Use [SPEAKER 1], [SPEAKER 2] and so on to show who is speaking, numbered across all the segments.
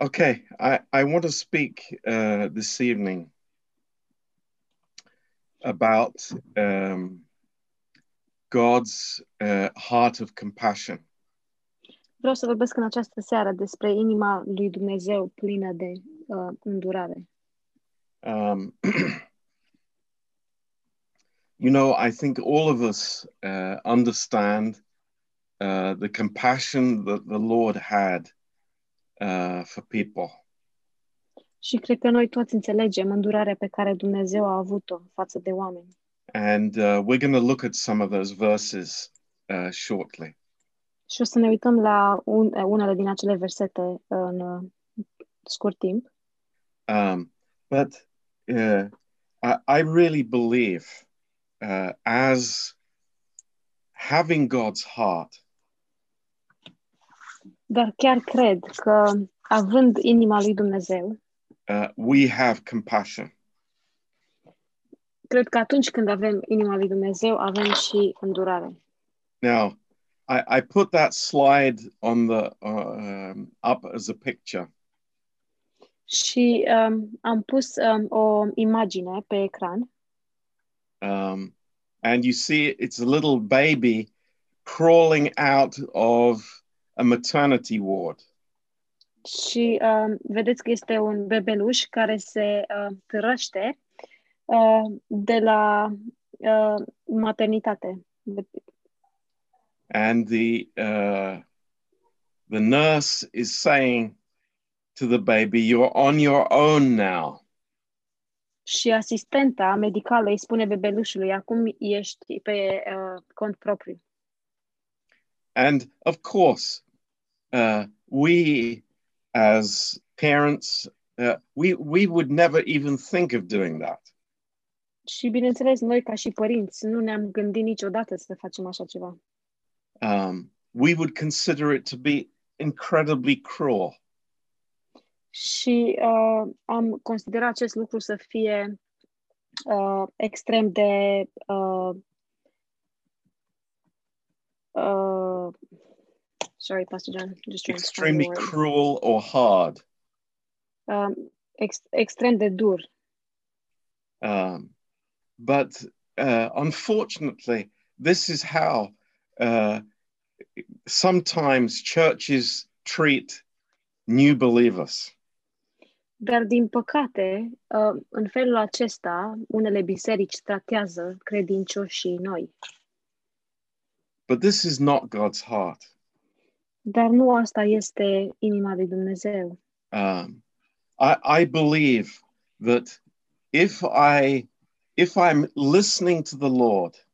[SPEAKER 1] Okay, I, I want to speak uh, this evening about um, God's uh, heart of compassion.
[SPEAKER 2] Vreau să vorbesc în această seară despre inima lui Dumnezeu plină de uh, îndurare.
[SPEAKER 1] Um, you know, I think all of us uh, understand uh, the compassion that the Lord had uh, for people.
[SPEAKER 2] Și cred că noi toți înțelegem îndurarea pe care Dumnezeu a avut-o față de oameni.
[SPEAKER 1] And uh, we're going to look at some of those verses uh, shortly.
[SPEAKER 2] Și o să ne uităm la un, uh, unele din acele versete în uh, scurt timp.
[SPEAKER 1] Um, but uh, I, I really believe uh, as having God's heart,
[SPEAKER 2] Dar chiar cred că, având inima lui Dumnezeu,
[SPEAKER 1] uh, we have compassion.
[SPEAKER 2] cred că atunci când avem inima lui Dumnezeu, avem și îndurare.
[SPEAKER 1] Now, I, I put that slide on the uh, um, up as a picture,
[SPEAKER 2] Și um, am pus um, o imagine pe ecran
[SPEAKER 1] um, and you see it's a little baby crawling out of a maternity ward.
[SPEAKER 2] și um, vedeți că este un bebeluș care se uh, târăște uh, de la uh, maternitate. De-
[SPEAKER 1] and the uh, the nurse is saying to the baby, "You're on your own now."
[SPEAKER 2] Și asistenta medicală îi spune bebelușului, acum ești pe uh, cont propriu.
[SPEAKER 1] And of course, uh, we as parents, uh, we we would never even think of doing that.
[SPEAKER 2] Și bineînțeles, noi ca și părinți nu ne-am gândit niciodată să facem așa ceva.
[SPEAKER 1] Um, we would consider it to be incredibly cruel.
[SPEAKER 2] Și uh, am considerat acest lucru să fie uh, extrem de uh, uh, sorry, Pastor John, just trying to find
[SPEAKER 1] Extremely
[SPEAKER 2] the word.
[SPEAKER 1] cruel or hard.
[SPEAKER 2] Uh, ex- extrem de dur.
[SPEAKER 1] Um, but uh, unfortunately, this is how uh, sometimes churches treat new believers.
[SPEAKER 2] Dar din păcate, uh, în felul acesta, unele biserici tratează credincioșii noi.
[SPEAKER 1] But this is not God's heart.
[SPEAKER 2] Dar nu asta este inima lui Dumnezeu.
[SPEAKER 1] Um, I, I believe that if I if I'm listening to the Lord,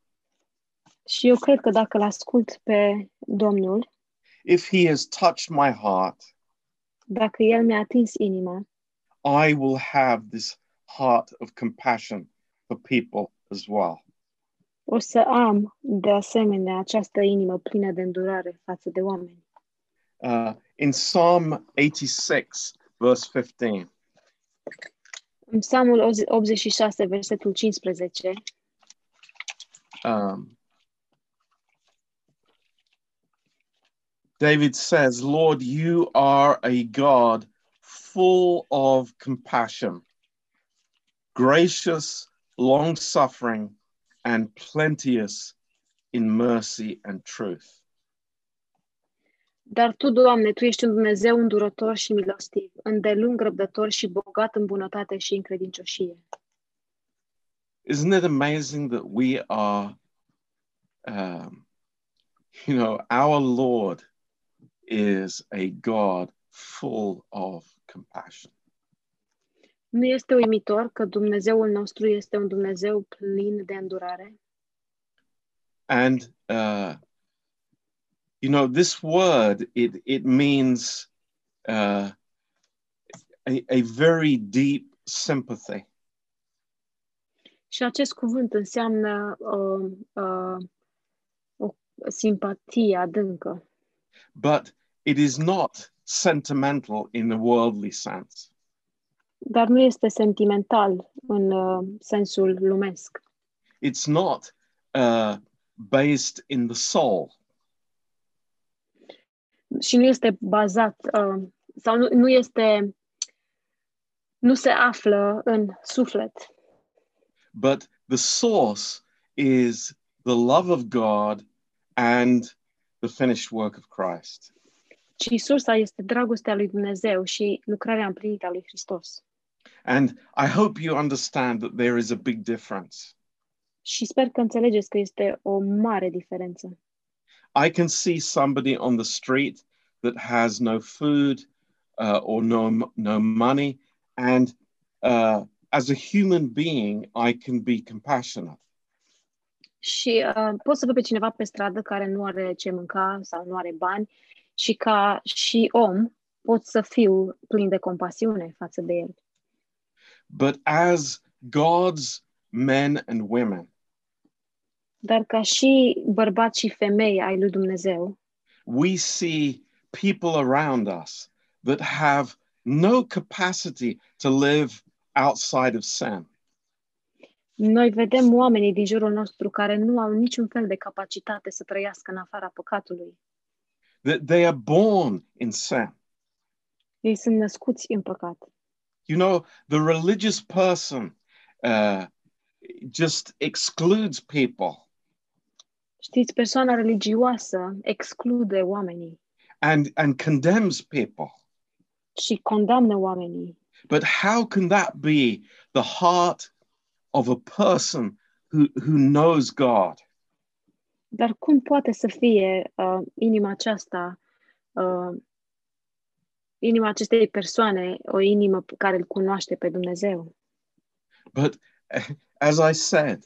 [SPEAKER 2] Și eu cred că dacă îl ascult pe Domnul,
[SPEAKER 1] if He has touched my heart,
[SPEAKER 2] dacă El mi-a atins inima,
[SPEAKER 1] I will have this heart of compassion for people as well.
[SPEAKER 2] o să am, de asemenea, această inimă plină de îndurare față de oameni.
[SPEAKER 1] uh, in Psalm 86, verse 15,
[SPEAKER 2] În Psalmul 86, versetul 15,
[SPEAKER 1] um, David says, Lord, you are a God full of compassion, gracious, long suffering, and plenteous in mercy and truth.
[SPEAKER 2] Dar Tu, Doamne, Tu ești un Dumnezeu îndurător și milostiv, îndelung răbdător și bogat în bunătate și în credincioșie.
[SPEAKER 1] Isn't it amazing that we are, um, you know, our Lord is a God full of compassion.
[SPEAKER 2] Nu este uimitor că Dumnezeul nostru este un Dumnezeu plin de îndurare?
[SPEAKER 1] And, uh, you know, this word, it, it means uh, a, a very deep sympathy.
[SPEAKER 2] Și acest cuvânt înseamnă uh, uh, o simpatie adâncă.
[SPEAKER 1] But it is not sentimental in the worldly sense.
[SPEAKER 2] dar nu este sentimental în uh, sensul lumesc.
[SPEAKER 1] It's not uh, based in the soul.
[SPEAKER 2] Și nu este bazat uh, sau nu, nu este, nu se află în suflet.
[SPEAKER 1] But the source is the love of God and the finished work of Christ.
[SPEAKER 2] ci sursa este dragostea lui Dumnezeu și lucrarea împlinită a lui Hristos.
[SPEAKER 1] And I hope you understand that there is a big difference.
[SPEAKER 2] Și sper că înțelegeți că este o mare diferență.
[SPEAKER 1] I can see somebody on the street that has no food uh, or no no money, and uh, as a human being, I can be compassionate.
[SPEAKER 2] Și uh, pot să văd pe cineva pe stradă care nu are ce mânca sau nu are bani și ca și om pot să fiu plin de compasiune față de el.
[SPEAKER 1] But as God's men and women,
[SPEAKER 2] Dar ca și bărbat și femei ai lui Dumnezeu,
[SPEAKER 1] we see people around us that have no capacity to live outside of sin.
[SPEAKER 2] noi vedem oamenii din jurul nostru care nu au niciun fel de capacitate să trăiască în afara păcatului.
[SPEAKER 1] That they are born in sin.
[SPEAKER 2] Ei sunt născuți în păcat.
[SPEAKER 1] You know, the religious person uh, just excludes people.
[SPEAKER 2] Știți, persoana religioasă exclude oamenii
[SPEAKER 1] and and condemns people
[SPEAKER 2] și condamnă oamenii.
[SPEAKER 1] but how can that be the heart of a person who who knows god
[SPEAKER 2] Dar cum poate să fie uh, inima aceasta, uh, inima acestei persoane, o inimă pe care îl cunoaște pe Dumnezeu?
[SPEAKER 1] but eh, as i said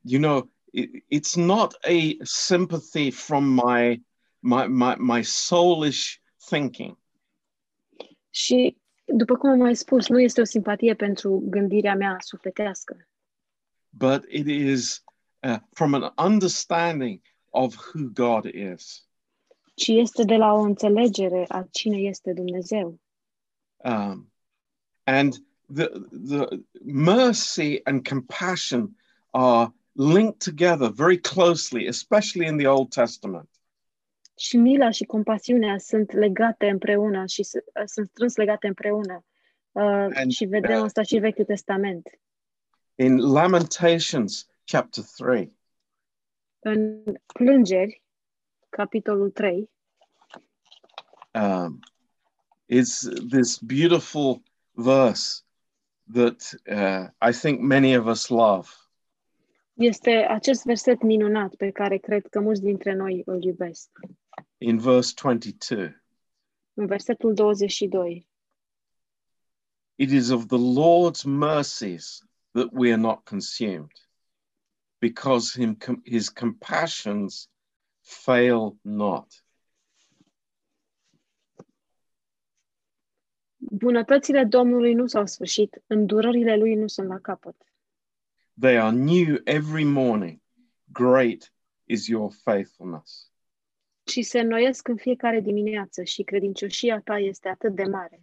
[SPEAKER 1] you know it, it's not a sympathy from my my my, my soulish thinking
[SPEAKER 2] Și, după cum am mai spus, nu este o simpatie pentru gândirea mea sufletească,
[SPEAKER 1] but it is uh, from an understanding of who god is
[SPEAKER 2] ci este de la o înțelegere a cine este Dumnezeu.
[SPEAKER 1] um, and the the mercy and compassion are linked together very closely, especially in the Old Testament.
[SPEAKER 2] Și mila și compasiunea sunt legate împreună și s- sunt strâns legate împreună. Uh,
[SPEAKER 1] And,
[SPEAKER 2] și vedem
[SPEAKER 1] uh,
[SPEAKER 2] asta și în Vechiul Testament.
[SPEAKER 1] In Lamentations chapter three,
[SPEAKER 2] În Plângeri, capitolul 3,
[SPEAKER 1] um, is this beautiful verse that uh, I think many of us love.
[SPEAKER 2] este acest verset minunat pe care cred că mulți dintre noi îl iubesc.
[SPEAKER 1] In verse twenty-two,
[SPEAKER 2] În versetul 22.
[SPEAKER 1] it is of the Lord's mercies that we are not consumed, because him, com- his compassions fail not.
[SPEAKER 2] Bunătățile Domnului nu s-au sfârșit, îndurările lui nu sunt la capăt.
[SPEAKER 1] They are new every morning. Great is your faithfulness.
[SPEAKER 2] Ci se înnoiesc în fiecare dimineață și credincioșia ta este atât de mare.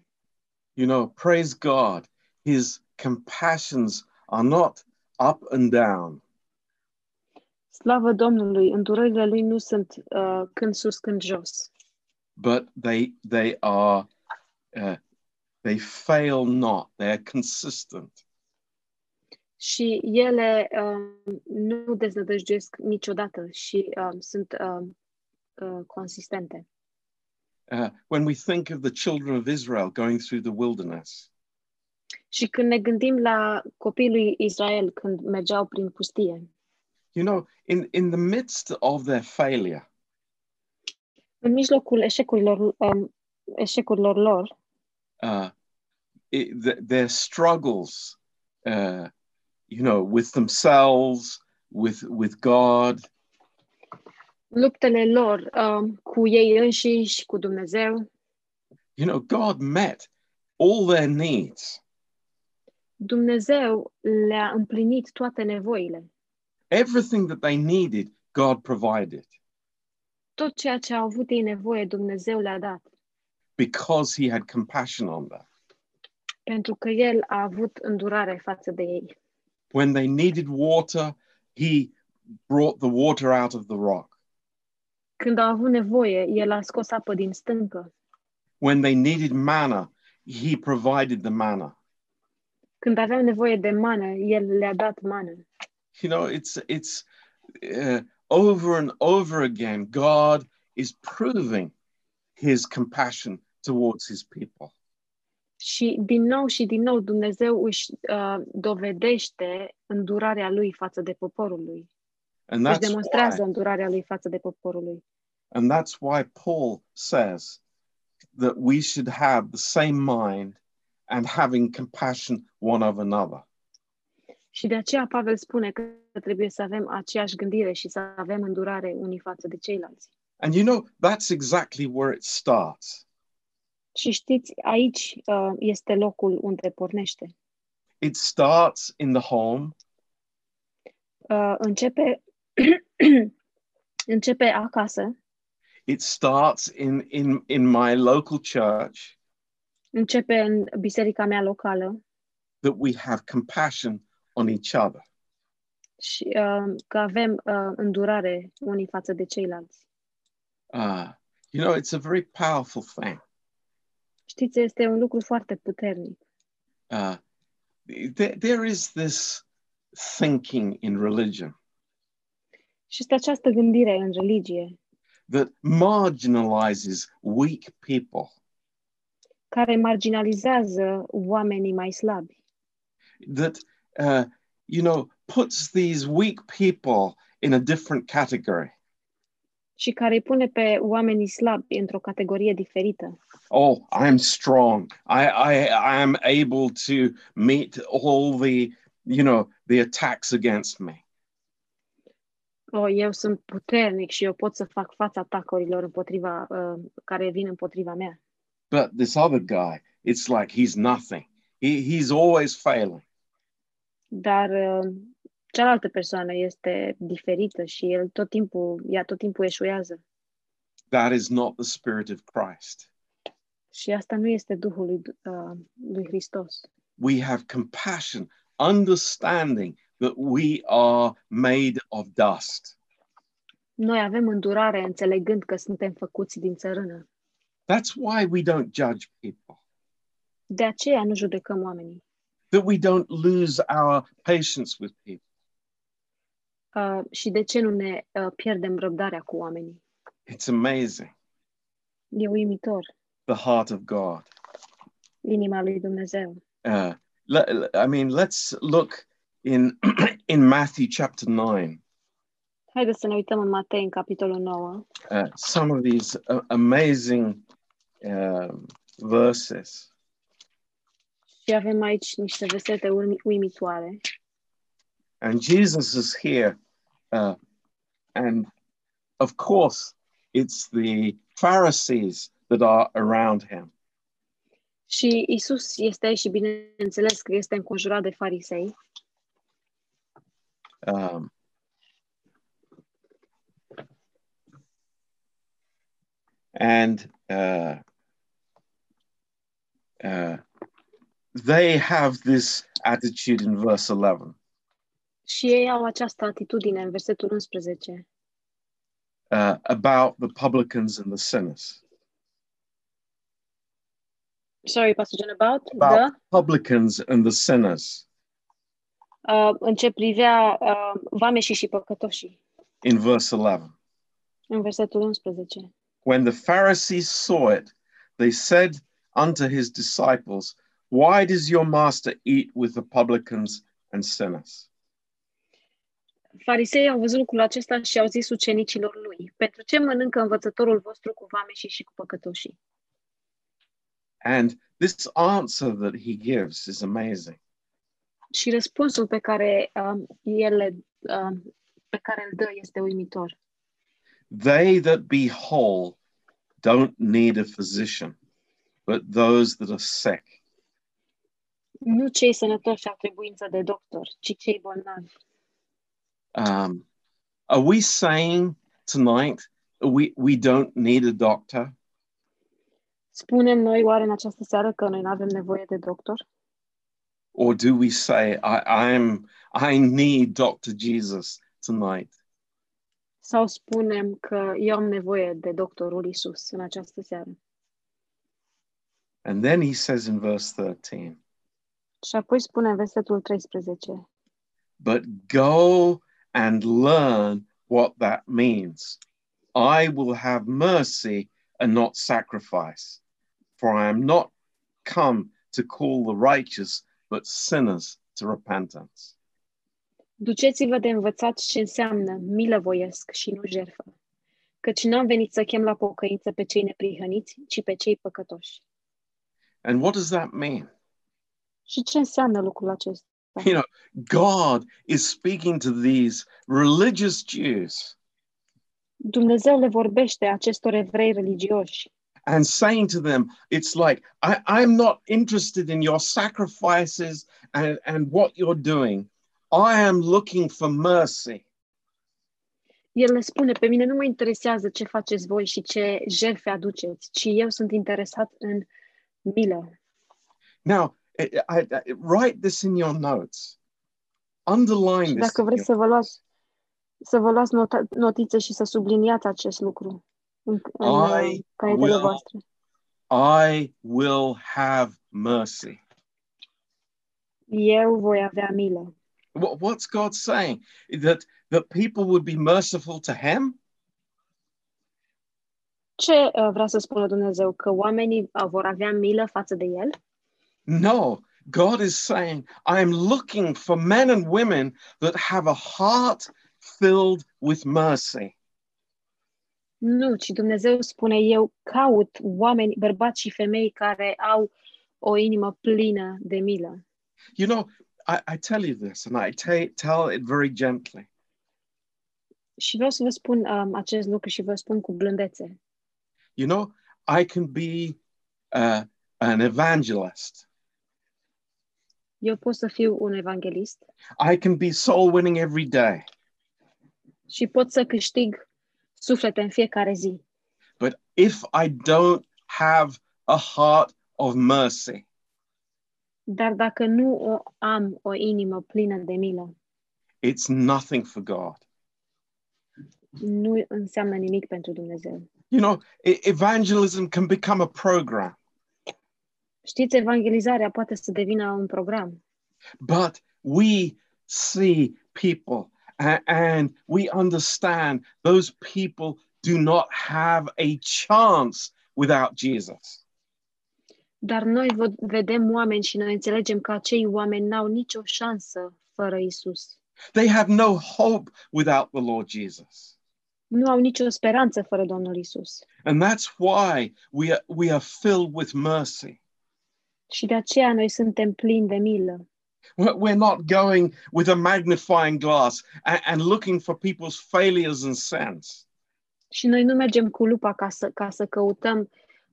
[SPEAKER 1] You know, praise God, his compassions are not up and down.
[SPEAKER 2] Slavă Domnului, îndurările lui nu sunt uh, când sus, când jos,
[SPEAKER 1] but they they are uh, they fail not they are consistent
[SPEAKER 2] și ele um, nu deznădăjduiesc niciodată și um, sunt um, uh, consistente.
[SPEAKER 1] uh, when we think of the children of israel going through the wilderness
[SPEAKER 2] Și când ne gândim la copiii lui Israel când mergeau prin pustie,
[SPEAKER 1] you know in in the midst of their failure
[SPEAKER 2] în mijlocul eșecurilor, um, eșecurilor lor,
[SPEAKER 1] uh, it, th- their struggles uh, you know with themselves with with god
[SPEAKER 2] luptele lor um, cu ei înșiși, cu Dumnezeu,
[SPEAKER 1] you know god met all their needs
[SPEAKER 2] Dumnezeu le-a împlinit toate nevoile.
[SPEAKER 1] everything that they needed god provided
[SPEAKER 2] Tot ceea ce au avut ei nevoie, Dumnezeu le-a dat.
[SPEAKER 1] because he had compassion on them
[SPEAKER 2] pentru că el a avut îndurare față de ei.
[SPEAKER 1] when they needed water, he brought the water out of the rock.
[SPEAKER 2] Când au avut nevoie, el a scos apă din stâncă.
[SPEAKER 1] when they needed manna, he provided the manna.
[SPEAKER 2] Când aveau nevoie de mană, El le-a dat mană.
[SPEAKER 1] You know, it's it's uh, over and over again God is proving his compassion towards his people.
[SPEAKER 2] Și din nou și din nou Dumnezeu își uh, dovedește îndurarea lui față de poporul lui.
[SPEAKER 1] And
[SPEAKER 2] Își
[SPEAKER 1] that's why,
[SPEAKER 2] demonstrează îndurarea lui față de poporul lui.
[SPEAKER 1] and that's why Paul says that we should have the same mind and having compassion one of another.
[SPEAKER 2] Și de aceea Pavel spune că trebuie să avem aceeași gândire și să avem îndurare unii față de ceilalți.
[SPEAKER 1] And you know, that's exactly where it starts.
[SPEAKER 2] Și știți, aici uh, este locul unde pornește.
[SPEAKER 1] It starts in the home,
[SPEAKER 2] Uh, începe începe acasă,
[SPEAKER 1] it starts in in in my local church
[SPEAKER 2] începe în biserica mea locală
[SPEAKER 1] that we have compassion on each other.
[SPEAKER 2] și uh, că avem uh, îndurare unii față de ceilalți.
[SPEAKER 1] Uh, you know, it's a very powerful thing.
[SPEAKER 2] Știți, este un lucru foarte puternic.
[SPEAKER 1] Uh, there, there is this thinking in religion
[SPEAKER 2] Și este această gândire în religie
[SPEAKER 1] that marginalizes weak people.
[SPEAKER 2] care marginalizează oamenii mai slabi,
[SPEAKER 1] that uh, you know puts these weak people in a different category.
[SPEAKER 2] și care îi pune pe oamenii slabi într-o categorie diferită.
[SPEAKER 1] Oh, I'm strong. I I I am able to meet all the you know the attacks against me.
[SPEAKER 2] O, Oh, eu sunt puternic și eu pot să fac fața atacurilor împotriva, uh, care vin împotriva mea.
[SPEAKER 1] But this other guy, it's like he's nothing. He he's always failing.
[SPEAKER 2] Dar uh, cealaltă persoană este diferită și el tot timpul, ea tot timpul eșuează.
[SPEAKER 1] That is not the spirit of Christ.
[SPEAKER 2] Și asta nu este Duhul lui, uh, lui Hristos.
[SPEAKER 1] We have compassion, understanding that we are made of dust.
[SPEAKER 2] Noi avem îndurare înțelegând că suntem făcuți din țărână.
[SPEAKER 1] That's why we don't judge people.
[SPEAKER 2] De aceea nu judecăm oamenii.
[SPEAKER 1] that we don't lose our patience with people.
[SPEAKER 2] Uh, și de ce nu ne uh, pierdem răbdarea cu oamenii?
[SPEAKER 1] It's amazing,
[SPEAKER 2] E uimitor,
[SPEAKER 1] the heart of God.
[SPEAKER 2] inima lui Dumnezeu.
[SPEAKER 1] Uh, le- le- I mean, let's look in in Matthew chapter nine.
[SPEAKER 2] Haideți să ne uităm în Matei, în capitolul 9,
[SPEAKER 1] Uh, some of these uh, amazing um, verses.
[SPEAKER 2] și avem aici niște versete urmi- uimitoare.
[SPEAKER 1] And Jesus is here, uh, and of course, it's the Pharisees that are around him.
[SPEAKER 2] Și Isus este aici și bineînțeles că este înconjurat de farisei.
[SPEAKER 1] Um, and uh, uh, they have this attitude in verse 11.
[SPEAKER 2] Și ei au această atitudine în versetul 11
[SPEAKER 1] Uh, about the publicans and the sinners.
[SPEAKER 2] Sorry, Pastor John, about,
[SPEAKER 1] About.
[SPEAKER 2] da?
[SPEAKER 1] Publicans and the sinners
[SPEAKER 2] Uh, în ce privea uh, vameșii și păcătoșii,
[SPEAKER 1] in verse 11.
[SPEAKER 2] în versetul 11.
[SPEAKER 1] When the Pharisees saw it, they said unto his disciples, Why does your master eat with the publicans and sinners?
[SPEAKER 2] Farisei au văzut lucrul acesta și au zis ucenicilor lui, pentru ce mănâncă învățătorul vostru cu vameșii și cu păcătoșii?
[SPEAKER 1] And this answer that he gives is amazing.
[SPEAKER 2] Și răspunsul pe care uh, ele, uh, pe care îl dă este uimitor.
[SPEAKER 1] They that be whole don't need a physician, but those that are sick.
[SPEAKER 2] Nu cei sănătoși au trebuință de doctor, ci cei bolnavi.
[SPEAKER 1] Um, are we saying tonight we, we don't need a doctor?
[SPEAKER 2] Spunem noi oare în această seară că noi nu avem nevoie de doctor?
[SPEAKER 1] Or do we say, I, I'm, I need Dr. Jesus tonight?
[SPEAKER 2] Sau spunem că eu am nevoie de doctorul Isus în această seară?
[SPEAKER 1] And then he says in verse 13,
[SPEAKER 2] Și apoi spune în versetul 13.
[SPEAKER 1] but go and learn what that means. I will have mercy and not sacrifice, for I am not come to call the righteous, but sinners to repentance.
[SPEAKER 2] Duceți-vă de învățați ce înseamnă milă voiesc și nu jertfă, căci n-am venit să chem la pocăință pe cei neprihăniți, ci pe cei păcătoși.
[SPEAKER 1] And what does that mean?
[SPEAKER 2] Și ce înseamnă lucrul acesta?
[SPEAKER 1] You know, God is speaking to these religious Jews
[SPEAKER 2] Dumnezeu le vorbește acestor evrei religioși
[SPEAKER 1] and saying to them, it's like, I, I'm not interested in your sacrifices and, and what you're doing. I am looking for mercy.
[SPEAKER 2] El le spune, pe mine nu mă interesează ce faceți voi și ce jertfe aduceți, ci eu sunt interesat în milă.
[SPEAKER 1] Now, I, I, I- write this in your notes. Underline
[SPEAKER 2] Și
[SPEAKER 1] this.
[SPEAKER 2] dacă
[SPEAKER 1] in
[SPEAKER 2] vreți
[SPEAKER 1] your-
[SPEAKER 2] să vă luați, să vă luați nota- notițe și să subliniați acest lucru în, în uh,
[SPEAKER 1] I
[SPEAKER 2] caietele
[SPEAKER 1] will-
[SPEAKER 2] voastre.
[SPEAKER 1] I will have mercy.
[SPEAKER 2] Eu voi avea milă.
[SPEAKER 1] What, what's God saying? That that people would be merciful to Him?
[SPEAKER 2] Ce uh, vrea să spună Dumnezeu? Că oamenii uh, vor avea milă față de El?
[SPEAKER 1] No. God is saying, I am looking for men and women that have a heart filled with mercy.
[SPEAKER 2] Nu, ci Dumnezeu spune, eu caut oameni, bărbați și femei care au o inimă plină de milă.
[SPEAKER 1] You know, I, I tell you this, and I ta- tell it very gently.
[SPEAKER 2] Și vreau să vă spun um, acest lucru și vă spun cu blândețe.
[SPEAKER 1] You know, I can be uh, an evangelist.
[SPEAKER 2] Eu pot să fiu un evanghelist
[SPEAKER 1] I can be soul winning every day,
[SPEAKER 2] și pot să câștig suflete în fiecare zi.
[SPEAKER 1] but if I don't have a heart of mercy,
[SPEAKER 2] Dar dacă nu o am o inimă plină de milă,
[SPEAKER 1] it's nothing for God.
[SPEAKER 2] nu înseamnă nimic pentru Dumnezeu.
[SPEAKER 1] You know, e- evangelism can become a program,
[SPEAKER 2] Știți, evangelizarea poate să devină un program,
[SPEAKER 1] but we see people a- and we understand those people do not have a chance without Jesus.
[SPEAKER 2] Dar noi vă- vedem oameni și noi înțelegem că acei oameni n-au nicio șansă fără Isus.
[SPEAKER 1] They have no hope without the Lord Jesus.
[SPEAKER 2] Nu au nicio speranță fără Domnul Isus.
[SPEAKER 1] And that's why we are, we are filled with mercy.
[SPEAKER 2] Și de aceea noi suntem plini de milă.
[SPEAKER 1] We're we're not going with a magnifying glass and, and looking for people's failures and sins.
[SPEAKER 2] Și noi nu mergem cu lupa ca să, ca să căutăm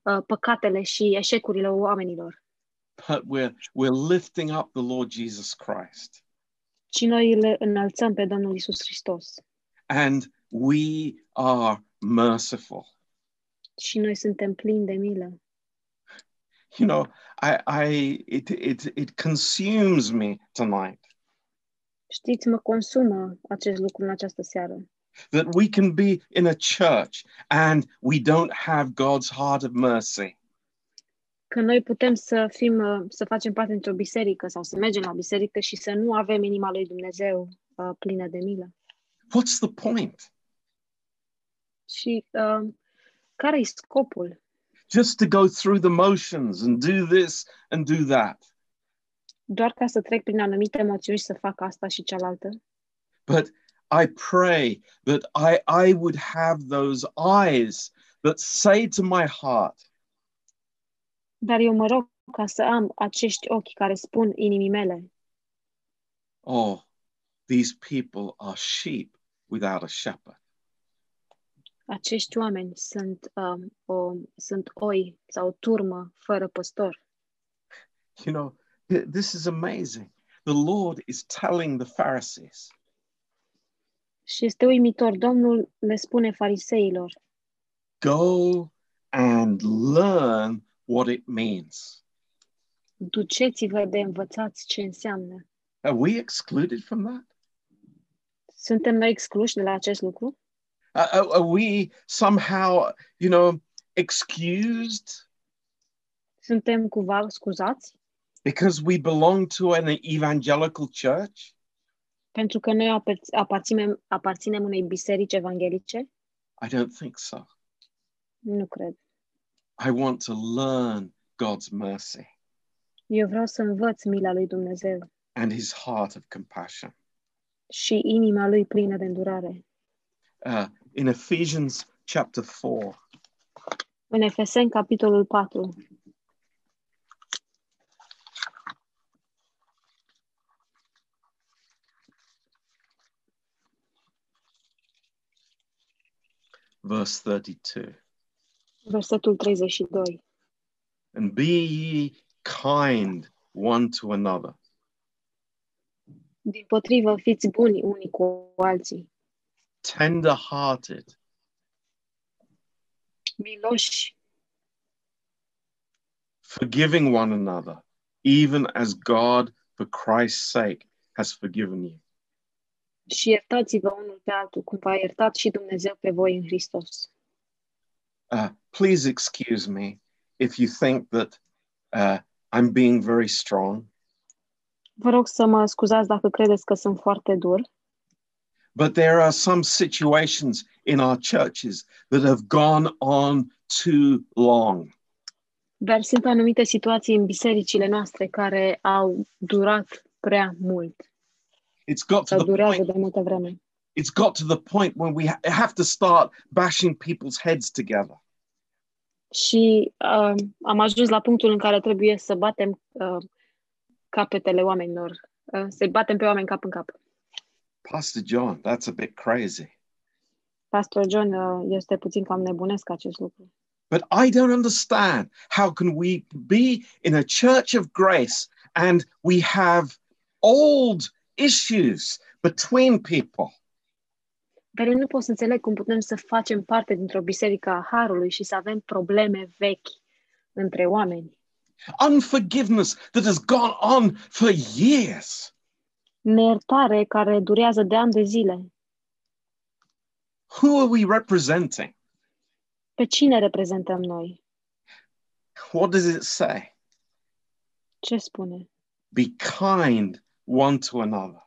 [SPEAKER 2] uh, păcatele și eșecurile oamenilor,
[SPEAKER 1] But we're, we're lifting up the Lord Jesus Christ
[SPEAKER 2] ci noi le înălțăm pe Domnul Isus Hristos.
[SPEAKER 1] and we are merciful.
[SPEAKER 2] Și noi suntem plini de milă.
[SPEAKER 1] You know, I, I it, it, it consumes me tonight
[SPEAKER 2] Știți, mă consumă acest lucru în această seară.
[SPEAKER 1] that we can be in a church and we don't have God's heart of mercy.
[SPEAKER 2] Că noi putem să fim, uh, să facem parte într-o biserică sau să mergem la biserică și să nu avem inima lui Dumnezeu uh, plină de milă.
[SPEAKER 1] What's the point?
[SPEAKER 2] Și uh, care-i scopul?
[SPEAKER 1] Just to go through the motions and do this and do that.
[SPEAKER 2] Doar ca să trec prin anumite emoțiuni și să fac asta și cealaltă?
[SPEAKER 1] But I pray that I, I would have those eyes that say to my heart,
[SPEAKER 2] Dar eu mă rog ca să am acești ochi care spun inimii mele,
[SPEAKER 1] Oh, these people are sheep without a shepherd.
[SPEAKER 2] acești oameni sunt, uh, o, sunt oi sau o turmă fără păstor.
[SPEAKER 1] You know, th- this is amazing. The Lord is telling the Pharisees,
[SPEAKER 2] Și este uimitor, Domnul le spune fariseilor,
[SPEAKER 1] Go and learn what it means.
[SPEAKER 2] duceți-vă de învățați ce înseamnă.
[SPEAKER 1] Are we excluded from that?
[SPEAKER 2] Suntem noi excluși de la acest lucru?
[SPEAKER 1] Are- Are, are we somehow, you know, excused?
[SPEAKER 2] Suntem cumva scuzați
[SPEAKER 1] because we belong to an evangelical church?
[SPEAKER 2] pentru că noi aper- aparținem, aparținem unei biserici evanghelice?
[SPEAKER 1] I don't think so.
[SPEAKER 2] Nu cred.
[SPEAKER 1] I want to learn God's mercy
[SPEAKER 2] Eu vreau să învăț mila lui Dumnezeu
[SPEAKER 1] and his heart of compassion.
[SPEAKER 2] și inima lui plină de îndurare.
[SPEAKER 1] Uh, in Ephesians chapter 4,
[SPEAKER 2] În Efeseni, capitolul 4,
[SPEAKER 1] verse 32.
[SPEAKER 2] versetul 32.
[SPEAKER 1] And be ye kind one to another,
[SPEAKER 2] Din potrivă, fiți buni unii cu alții,
[SPEAKER 1] tender hearted,
[SPEAKER 2] miloși,
[SPEAKER 1] forgiving one another, even as God, for Christ's sake, has forgiven you.
[SPEAKER 2] și iertați-vă unul pe altul, cum v-a iertat și Dumnezeu pe voi în Hristos.
[SPEAKER 1] Uh, please excuse me if you think that uh, I'm being very strong,
[SPEAKER 2] Vă rog să mă scuzați dacă credeți că sunt foarte dur,
[SPEAKER 1] but there are some situations in our churches that have gone on too long.
[SPEAKER 2] dar sunt anumite situații în bisericile noastre care au durat prea mult
[SPEAKER 1] It's got to
[SPEAKER 2] sau
[SPEAKER 1] the
[SPEAKER 2] durează
[SPEAKER 1] point.
[SPEAKER 2] de multă vreme.
[SPEAKER 1] It's got to the point when we ha- have to start bashing people's heads together.
[SPEAKER 2] Și uh, am ajuns la punctul în care trebuie să batem uh, capetele oamenilor, uh, să-i batem pe oameni cap în cap.
[SPEAKER 1] Pastor John, that's a bit crazy.
[SPEAKER 2] Pastor John uh, este puțin cam nebunesc acest lucru.
[SPEAKER 1] But I don't understand how can we be in a church of grace and we have old issues between people.
[SPEAKER 2] Dar eu nu pot să înțeleg cum putem să facem parte dintr-o biserică a Harului și să avem probleme vechi între oameni.
[SPEAKER 1] Unforgiveness that has gone on for years.
[SPEAKER 2] Neiertare care durează de ani de zile.
[SPEAKER 1] Who are we representing?
[SPEAKER 2] Pe cine reprezentăm noi?
[SPEAKER 1] What does it say?
[SPEAKER 2] Ce spune?
[SPEAKER 1] Be kind one to another.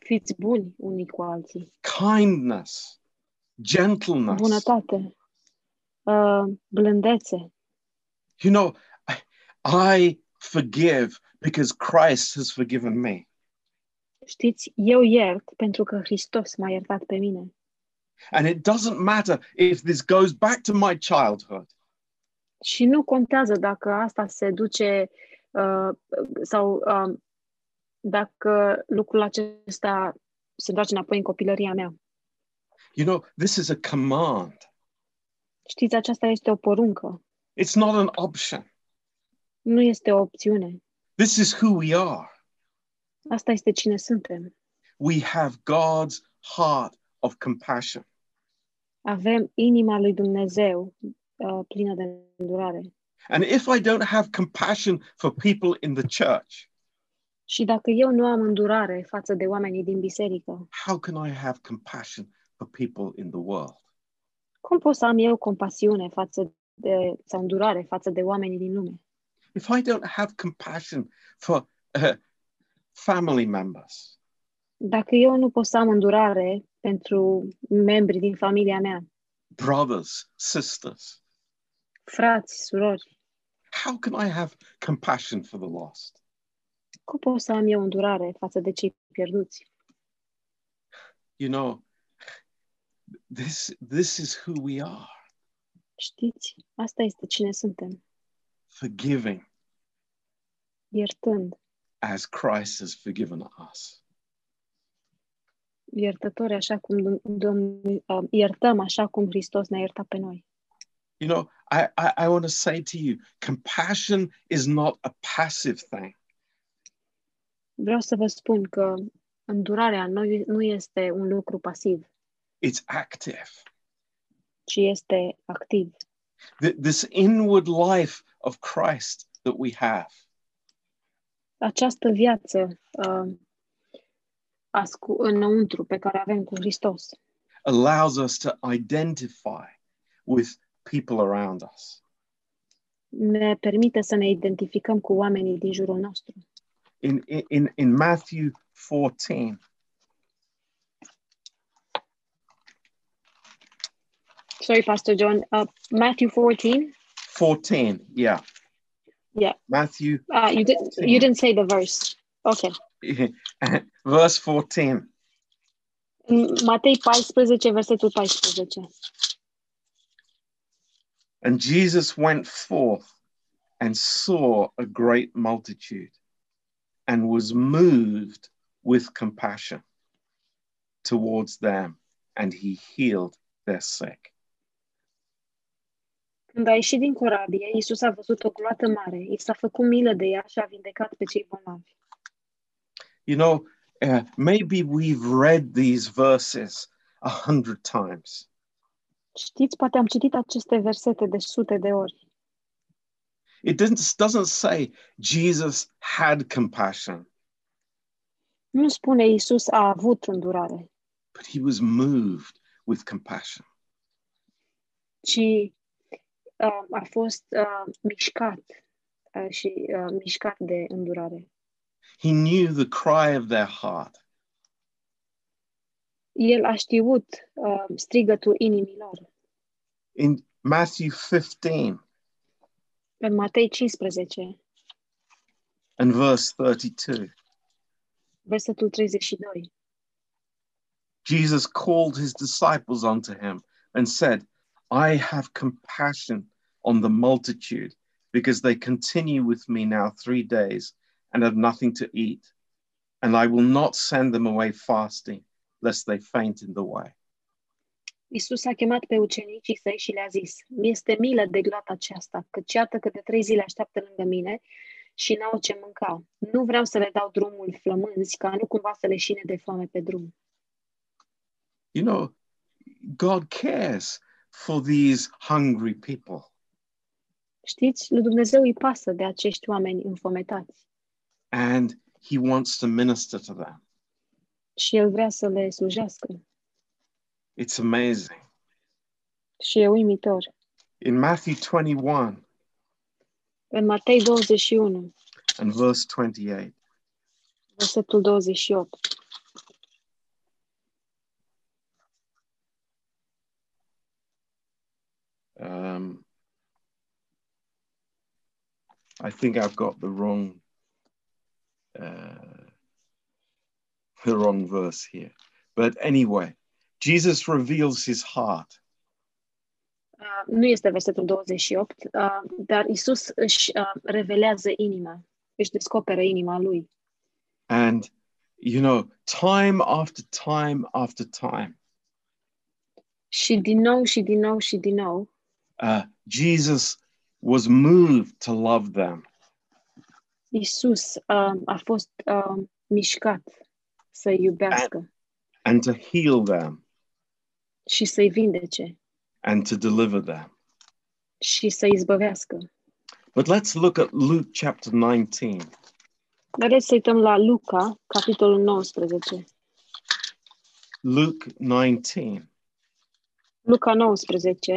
[SPEAKER 2] Fiți buni unii cu alții.
[SPEAKER 1] Kindness, gentleness.
[SPEAKER 2] Bunătate. Uh, blândețe.
[SPEAKER 1] You know, I- I forgive because Christ has forgiven me.
[SPEAKER 2] Știți, eu iert pentru că Hristos m-a iertat pe mine.
[SPEAKER 1] And it doesn't matter if this goes back to my childhood.
[SPEAKER 2] Și nu contează dacă asta se duce uh, sau uh, dacă lucrul acesta se întoarce înapoi în copilăria mea.
[SPEAKER 1] You know, this is a command,
[SPEAKER 2] Știți, aceasta este o poruncă,
[SPEAKER 1] it's not an option.
[SPEAKER 2] nu este o opțiune.
[SPEAKER 1] This is who we are.
[SPEAKER 2] Asta este cine suntem.
[SPEAKER 1] We have God's heart of compassion.
[SPEAKER 2] Avem inima lui Dumnezeu uh, plină de îndurare.
[SPEAKER 1] And if I don't have compassion for people in the church,
[SPEAKER 2] Și dacă eu nu am îndurare față de oamenii din biserică,
[SPEAKER 1] how can I have compassion for people in the world?
[SPEAKER 2] cum pot să am eu compasiune față de, sau îndurare față de oamenii din lume?
[SPEAKER 1] If I don't have compassion for uh, family members,
[SPEAKER 2] Dacă eu nu pot să am îndurare pentru membrii din familia mea,
[SPEAKER 1] brothers, sisters,
[SPEAKER 2] frați, surori,
[SPEAKER 1] how can I have compassion for the lost?
[SPEAKER 2] cum pot să am eu îndurare față de cei pierduți?
[SPEAKER 1] you know this this is who we are
[SPEAKER 2] Știți? Asta este cine suntem,
[SPEAKER 1] forgiving
[SPEAKER 2] iertând,
[SPEAKER 1] as christ has forgiven us
[SPEAKER 2] iertători așa cum Dum- Domnul, uh, iertăm așa cum Hristos ne-a iertat pe noi.
[SPEAKER 1] you know i i, I want to say to you compassion is not a passive thing
[SPEAKER 2] Vreau să vă spun că îndurarea nu, nu este un lucru pasiv,
[SPEAKER 1] it's active
[SPEAKER 2] ci este activ.
[SPEAKER 1] Th- this inward life of christ that we have
[SPEAKER 2] Această viață uh, ascu- înăuntru pe care o avem cu Hristos
[SPEAKER 1] allows us to identify with people around us
[SPEAKER 2] ne permite să ne identificăm cu oamenii din jurul nostru.
[SPEAKER 1] In, in, in Matthew 14,
[SPEAKER 2] Sorry, Pastor John. Uh, Matthew 14.
[SPEAKER 1] 14, yeah.
[SPEAKER 2] Yeah.
[SPEAKER 1] Matthew,
[SPEAKER 2] Uh, you didn't. You didn't say the verse. Okay.
[SPEAKER 1] verse 14.
[SPEAKER 2] În Matei 14, versetul 14.
[SPEAKER 1] And Jesus went forth and saw a great multitude and was moved with compassion towards them, and he healed their sick.
[SPEAKER 2] Când a ieșit din corabie, Iisus a văzut o gloată mare. I s-a făcut milă de ea și a vindecat pe cei bolnavi.
[SPEAKER 1] You know, uh, maybe we've read these verses a hundred times,
[SPEAKER 2] Știți, poate am citit aceste versete de sute de ori.
[SPEAKER 1] it doesn't, doesn't say Jesus had compassion,
[SPEAKER 2] Nu spune Iisus a avut îndurare,
[SPEAKER 1] but he was moved with compassion.
[SPEAKER 2] ci uh, a fost uh, mișcat uh, și uh, mișcat de îndurare.
[SPEAKER 1] He knew the cry of their heart.
[SPEAKER 2] El a știut uh, strigătul inimilor.
[SPEAKER 1] In Matthew 15
[SPEAKER 2] În Matei 15,
[SPEAKER 1] and verse 32,
[SPEAKER 2] versetul 32.
[SPEAKER 1] Jesus called his disciples unto him and said, I have compassion on the multitude because they continue with me now three days and have nothing to eat. And I will not send them away fasting, lest they faint in the way.
[SPEAKER 2] Iisus a chemat pe ucenicii săi și le-a zis, mi-este milă de gloata aceasta, căci iată că de trei zile așteaptă lângă mine și n-au ce mânca. Nu vreau să le dau drumul flămânzi, ca nu cumva să le șine de foame pe drum.
[SPEAKER 1] You know, God cares for these hungry people.
[SPEAKER 2] Știți, lui Dumnezeu îi pasă de acești oameni înfometați
[SPEAKER 1] and he wants to minister to them.
[SPEAKER 2] și El vrea să le slujească.
[SPEAKER 1] It's amazing.
[SPEAKER 2] Și e uimitor.
[SPEAKER 1] In Matthew 21
[SPEAKER 2] În Matei 21,
[SPEAKER 1] and verse 28,
[SPEAKER 2] versetul 28,
[SPEAKER 1] um, I think I've got the wrong uh, the wrong verse here. But anyway, Jesus reveals his heart.
[SPEAKER 2] uh, nu este versetul 28, uh, dar Iisus își uh, revelează inima, își descoperă inima Lui.
[SPEAKER 1] And you know, time after time after time,
[SPEAKER 2] Și din nou, și din nou, și din nou,
[SPEAKER 1] uh, Jesus was moved to love them.
[SPEAKER 2] Isus uh, a fost uh, mișcat să iubească
[SPEAKER 1] and to heal them
[SPEAKER 2] și să-i vindece
[SPEAKER 1] and to deliver them.
[SPEAKER 2] și să-i izbăvească.
[SPEAKER 1] But let's look at Luke chapter 19
[SPEAKER 2] Haideți să uităm la Luca, capitolul 19.
[SPEAKER 1] Luke 19
[SPEAKER 2] Luca 19,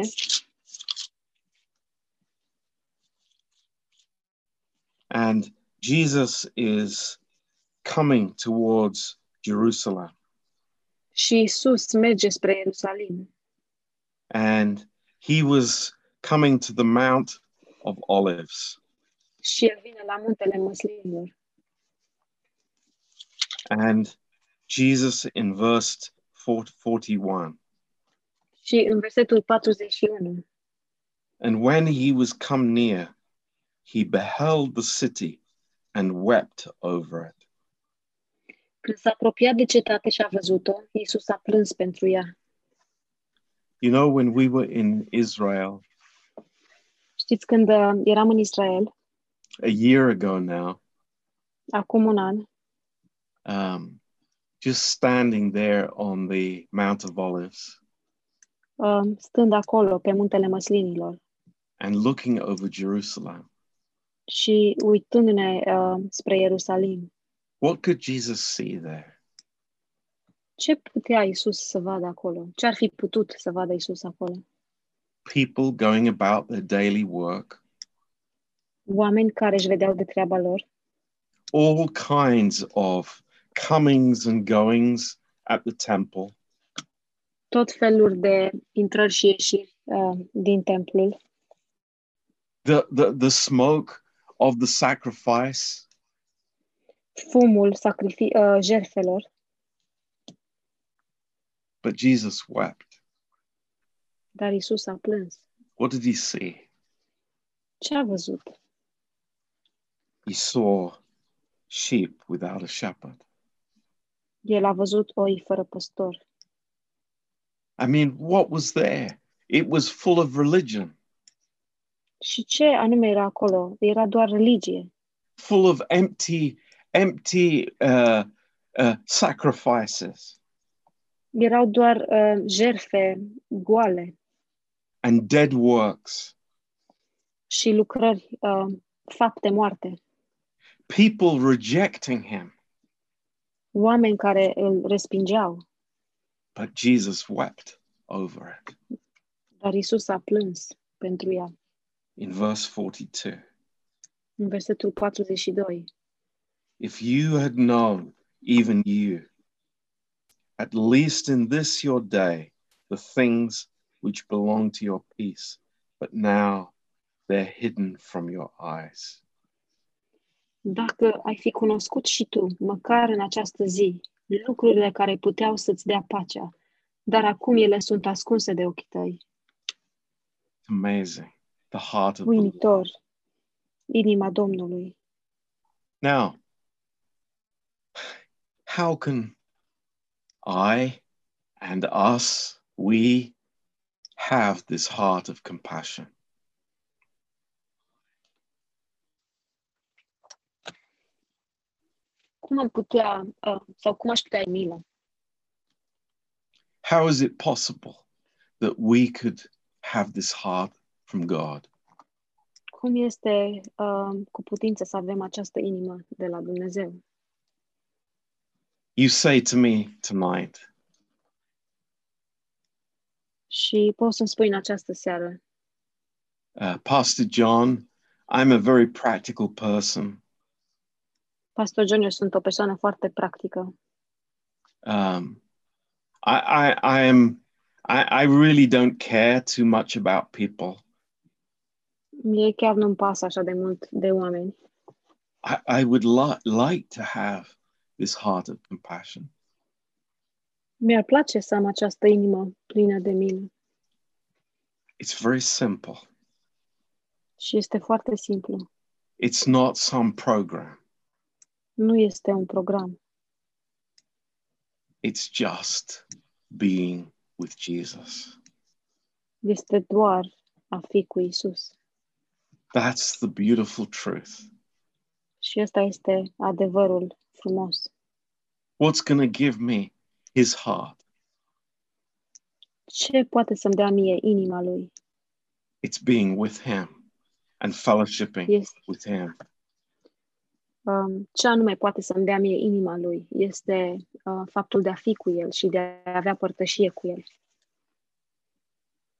[SPEAKER 1] and Jesus is coming towards Jerusalem
[SPEAKER 2] și Isus merge spre Ierusalim
[SPEAKER 1] and he was coming to the mount of olives
[SPEAKER 2] și el vine la muntele măslinilor.
[SPEAKER 1] and Jesus in verse 41
[SPEAKER 2] Și în versetul 41,
[SPEAKER 1] and when he was come near he beheld the city and wept over it
[SPEAKER 2] când s-a apropiat de cetate și a văzut-o, Isus a plâns pentru ea.
[SPEAKER 1] You know, when we were in Israel
[SPEAKER 2] Știți, când uh, eram în Israel,
[SPEAKER 1] a year ago now,
[SPEAKER 2] acum un an,
[SPEAKER 1] um, just standing there on the Mount of Olives
[SPEAKER 2] uh, stând acolo pe muntele măslinilor,
[SPEAKER 1] and looking over Jerusalem,
[SPEAKER 2] și uitându-ne uh, spre Ierusalim,
[SPEAKER 1] what could Jesus see there?
[SPEAKER 2] ce putea Isus să vadă acolo? Ce ar fi putut să vadă Isus acolo?
[SPEAKER 1] People going about their daily work,
[SPEAKER 2] oameni care își vedeau de treaba lor,
[SPEAKER 1] all kinds of comings and goings at the temple,
[SPEAKER 2] tot felul de intrări și ieșiri uh, din templul,
[SPEAKER 1] the, the, the smoke of the sacrifice,
[SPEAKER 2] fumul sacrifi- uh, jerfelor,
[SPEAKER 1] but Jesus wept.
[SPEAKER 2] dar Isus a plâns.
[SPEAKER 1] What did he see?
[SPEAKER 2] Ce a văzut?
[SPEAKER 1] He saw sheep without a shepherd.
[SPEAKER 2] El a văzut oi fără păstor.
[SPEAKER 1] I mean, what was there? It was full of religion,
[SPEAKER 2] Și ce anume era acolo? Era doar religie,
[SPEAKER 1] full of empty, empty uh, uh, sacrifices
[SPEAKER 2] erau doar uh, jerfe goale
[SPEAKER 1] and dead works.
[SPEAKER 2] și lucrări, uh, fapte moarte,
[SPEAKER 1] people rejecting him.
[SPEAKER 2] oameni care îl respingeau,
[SPEAKER 1] But Jesus wept over it.
[SPEAKER 2] dar Isus a plâns pentru ea.
[SPEAKER 1] In verse 42,
[SPEAKER 2] În versetul 42,
[SPEAKER 1] if you had known, even you, at least in this your day, the things which belong to your peace, but now they're hidden from your eyes.
[SPEAKER 2] dacă ai fi cunoscut și tu, măcar în această zi, lucrurile care puteau să-ți dea pacea, dar acum ele sunt ascunse de ochii tăi.
[SPEAKER 1] It's amazing. The heart of the Lord.
[SPEAKER 2] Uimitor, inima Domnului.
[SPEAKER 1] Now, how can I and us, we have this heart of compassion?
[SPEAKER 2] Cum am putea, uh, sau cum aș putea ai milă?
[SPEAKER 1] How is it possible that we could have this heart from God?
[SPEAKER 2] Cum este uh, cu putință să avem această inimă de la Dumnezeu?
[SPEAKER 1] You say to me tonight,
[SPEAKER 2] Și poți să-mi spui în această seară,
[SPEAKER 1] uh, Pastor John, I'm a very practical person.
[SPEAKER 2] Pastor John, eu sunt o persoană foarte practică.
[SPEAKER 1] Um, I, I, I am, I, I really don't care too much about people.
[SPEAKER 2] Mie chiar nu-mi pasă așa de mult de oameni.
[SPEAKER 1] I, I would li- like to have this heart of compassion,
[SPEAKER 2] Mi-ar place să am această inimă plină de milă.
[SPEAKER 1] it's very simple.
[SPEAKER 2] Și este foarte simplu.
[SPEAKER 1] It's not some program,
[SPEAKER 2] Nu este un program.
[SPEAKER 1] it's just being with Jesus.
[SPEAKER 2] Este doar a fi cu Isus.
[SPEAKER 1] That's the beautiful truth.
[SPEAKER 2] Și ăsta este adevărul frumos.
[SPEAKER 1] What's going to give me his heart?
[SPEAKER 2] Ce poate să-mi dea mie inima lui?
[SPEAKER 1] It's being with him and fellowshipping
[SPEAKER 2] Este,
[SPEAKER 1] with him.
[SPEAKER 2] um, ce anume poate să-mi dea mie inima lui? Este uh, faptul de a fi cu el și de a avea părtășie cu el.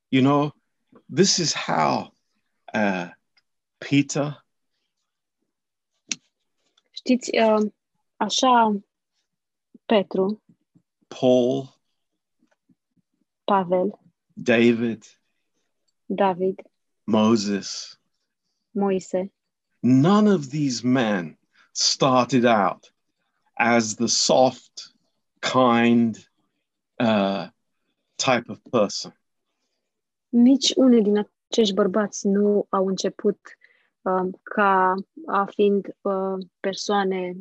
[SPEAKER 1] You know, this is how uh, Peter,
[SPEAKER 2] Știți, uh, așa Petru,
[SPEAKER 1] Paul,
[SPEAKER 2] Pavel,
[SPEAKER 1] David,
[SPEAKER 2] David,
[SPEAKER 1] Moses,
[SPEAKER 2] Moise,
[SPEAKER 1] none of these men started out as the soft, kind uh, type of person.
[SPEAKER 2] nici unul din acești bărbați nu au început um, ca a fiind uh, persoane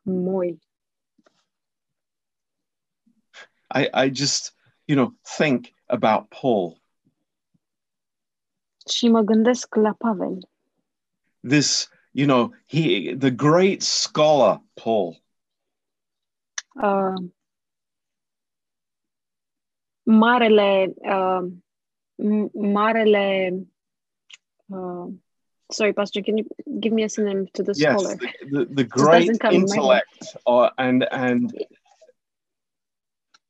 [SPEAKER 2] moi.
[SPEAKER 1] I, I just, you know, think about Paul,
[SPEAKER 2] Și mă gândesc la Pavel,
[SPEAKER 1] this, you know, he, the great scholar Paul,
[SPEAKER 2] uh, marele, uh, m- marele, uh, sorry, Pastor, can you give me a synonym to the
[SPEAKER 1] yes,
[SPEAKER 2] scholar?
[SPEAKER 1] the, the, the great
[SPEAKER 2] doesn't come in my
[SPEAKER 1] intellect uh, and, and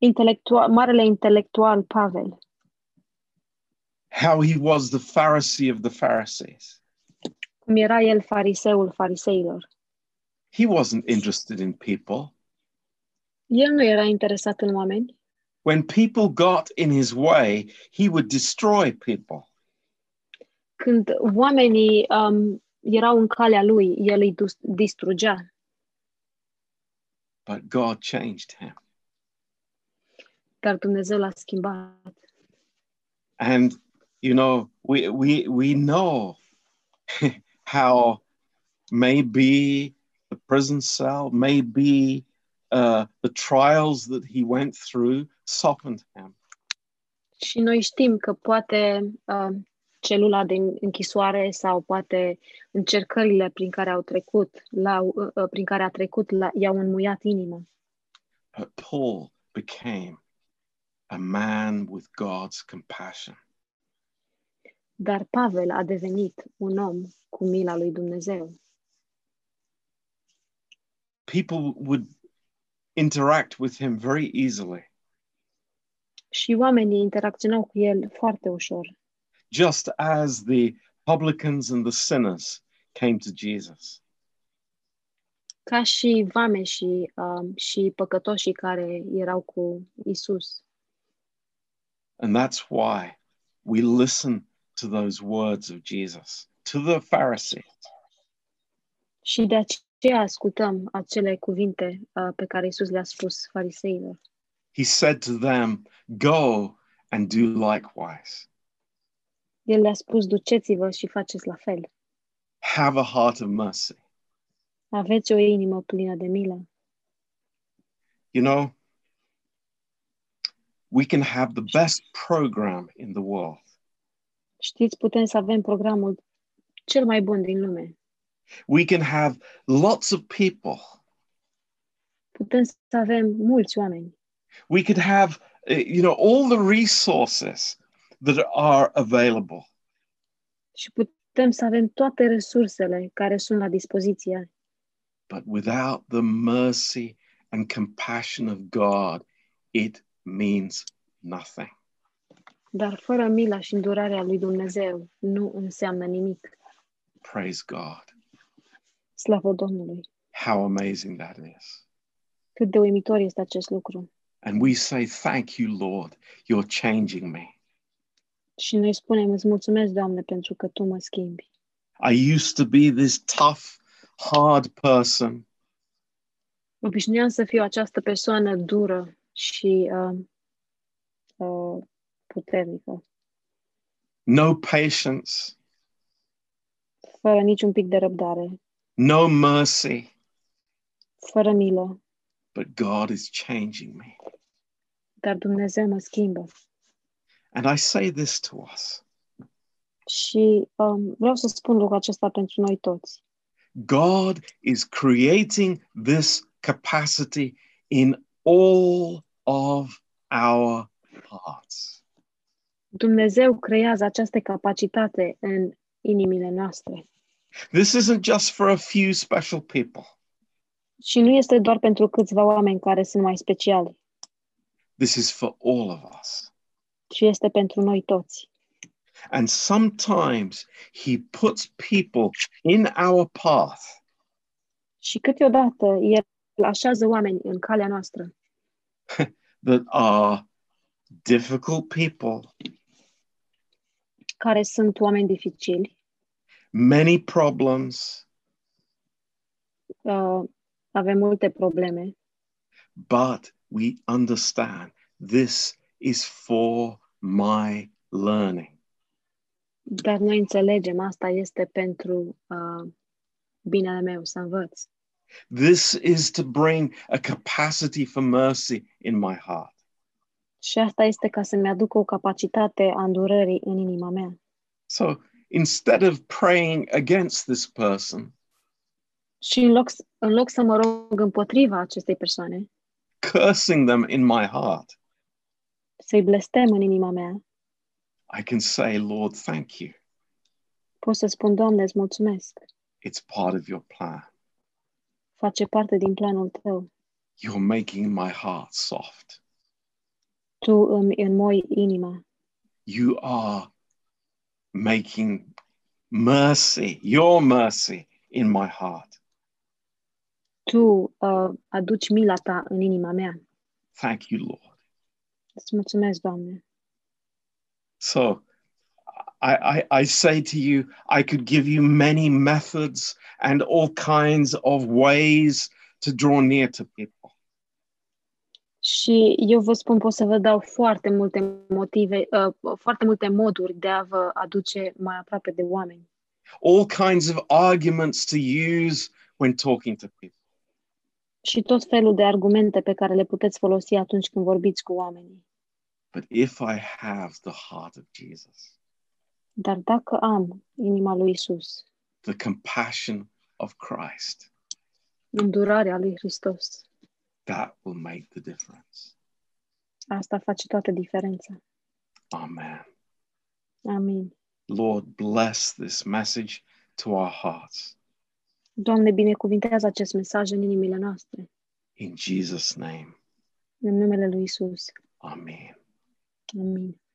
[SPEAKER 2] Intelectual, marele intelectual Pavel.
[SPEAKER 1] how he was the Pharisee of the Pharisees.
[SPEAKER 2] cum era el fariseul fariseilor.
[SPEAKER 1] He wasn't interested in people.
[SPEAKER 2] El nu era interesat în oameni.
[SPEAKER 1] When people got in his way, he would destroy people.
[SPEAKER 2] Când oamenii um, erau în calea lui, el îi dus- distrugea.
[SPEAKER 1] But God changed him.
[SPEAKER 2] Dar Dumnezeu l-a schimbat.
[SPEAKER 1] And you know, we we we know how maybe the prison cell, maybe uh, the trials that he went through softened him.
[SPEAKER 2] Și noi știm că poate uh, celula de închisoare sau poate încercările prin care au trecut, la, uh, uh, prin care a trecut, la, i-au înmuiat inima.
[SPEAKER 1] But Paul became a man with God's compassion.
[SPEAKER 2] Dar Pavel a devenit un om cu mila lui Dumnezeu.
[SPEAKER 1] People would interact with him very easily,
[SPEAKER 2] Și oamenii interacționau cu el foarte ușor,
[SPEAKER 1] just as the publicans and the sinners came to Jesus.
[SPEAKER 2] ca și vameșii uh, și păcătoșii care erau cu Isus.
[SPEAKER 1] And that's why we listen to those words of Jesus to the Pharisee.
[SPEAKER 2] Și de aceea ascultăm acele cuvinte uh, pe care Isus le-a spus fariseilor.
[SPEAKER 1] He said to them, Go and do likewise.
[SPEAKER 2] El le-a spus, duceți-vă și faceți la fel.
[SPEAKER 1] Have a heart of mercy.
[SPEAKER 2] Aveți o inimă plină de milă.
[SPEAKER 1] You know, we can have the best program in the world.
[SPEAKER 2] Știți, putem să avem programul cel mai bun din lume.
[SPEAKER 1] We can have lots of people.
[SPEAKER 2] Putem să avem mulți oameni.
[SPEAKER 1] We could have, uh, you know, all the resources that are available.
[SPEAKER 2] Și putem să avem toate resursele care sunt la dispoziție.
[SPEAKER 1] But without the mercy and compassion of God, it means nothing.
[SPEAKER 2] Dar fără mila și îndurarea lui Dumnezeu nu înseamnă nimic.
[SPEAKER 1] Praise God.
[SPEAKER 2] Slavă Domnului!
[SPEAKER 1] How amazing that is.
[SPEAKER 2] Cât de uimitor este acest lucru!
[SPEAKER 1] And we say, Thank you, Lord, you're changing me.
[SPEAKER 2] Și noi spunem, îți mulțumesc, Doamne, pentru că Tu mă schimbi.
[SPEAKER 1] I used to be this tough, hard person,
[SPEAKER 2] Obișnuiam să fiu această persoană dură și uh, uh, puternică,
[SPEAKER 1] no patience,
[SPEAKER 2] fără niciun pic de răbdare,
[SPEAKER 1] no mercy,
[SPEAKER 2] fără milă,
[SPEAKER 1] but God is changing me.
[SPEAKER 2] dar Dumnezeu mă schimbă.
[SPEAKER 1] And I say this to us
[SPEAKER 2] Și um, vreau să spun lucrul acesta pentru noi toți.
[SPEAKER 1] God is creating this capacity in all of our hearts.
[SPEAKER 2] Dumnezeu creează această capacitate în inimile noastre.
[SPEAKER 1] This isn't just for a few special people.
[SPEAKER 2] Și nu este doar pentru câțiva oameni care sunt mai speciali,
[SPEAKER 1] This is for all of us.
[SPEAKER 2] ci este pentru noi toți.
[SPEAKER 1] And sometimes he puts people in our path
[SPEAKER 2] Și câteodată El așează oameni în calea noastră
[SPEAKER 1] that are difficult people,
[SPEAKER 2] care sunt oameni dificili,
[SPEAKER 1] many problems,
[SPEAKER 2] uh, avem multe probleme,
[SPEAKER 1] but we understand this is for my learning.
[SPEAKER 2] dar noi înțelegem, asta este pentru uh, binele meu să învăț.
[SPEAKER 1] This is to bring a capacity for mercy in my heart.
[SPEAKER 2] Și asta este ca să-mi aducă o capacitate a îndurării în inima mea.
[SPEAKER 1] So instead of praying against this person,
[SPEAKER 2] Și în loc, în loc să mă rog împotriva acestei persoane,
[SPEAKER 1] cursing them in my heart,
[SPEAKER 2] să-i blestem în inima mea,
[SPEAKER 1] I can say, Lord, thank you.
[SPEAKER 2] pot să spun, Doamne, îți mulțumesc,
[SPEAKER 1] It's part of your plan.
[SPEAKER 2] face parte din planul Tău.
[SPEAKER 1] You're making my heart soft.
[SPEAKER 2] Tu îmi înmoi inima,
[SPEAKER 1] You are making mercy, your mercy in my heart.
[SPEAKER 2] Tu uh, aduci mila ta în inima mea.
[SPEAKER 1] Thank you, Lord.
[SPEAKER 2] Îți mulțumesc, Doamne.
[SPEAKER 1] So I, I, I say to you, I could give you many methods and all kinds of ways to draw near to people.
[SPEAKER 2] Și eu vă spun, pot să vă dau foarte multe motive, uh, foarte multe moduri de a vă aduce mai aproape de oameni.
[SPEAKER 1] all kinds of arguments to use when talking to people.
[SPEAKER 2] Și tot felul de argumente pe care le puteți folosi atunci când vorbiți cu oamenii.
[SPEAKER 1] But if I have the heart of Jesus,
[SPEAKER 2] Dar dacă am inima lui Isus,
[SPEAKER 1] the compassion of Christ,
[SPEAKER 2] îndurarea lui Hristos,
[SPEAKER 1] that will make the difference.
[SPEAKER 2] asta face toată diferența.
[SPEAKER 1] Amen.
[SPEAKER 2] Amin.
[SPEAKER 1] Lord, bless this message to our hearts.
[SPEAKER 2] Doamne, binecuvintează acest mesaj în inimile noastre,
[SPEAKER 1] In Jesus' name,
[SPEAKER 2] în numele lui Isus.
[SPEAKER 1] Amen.
[SPEAKER 2] Amin.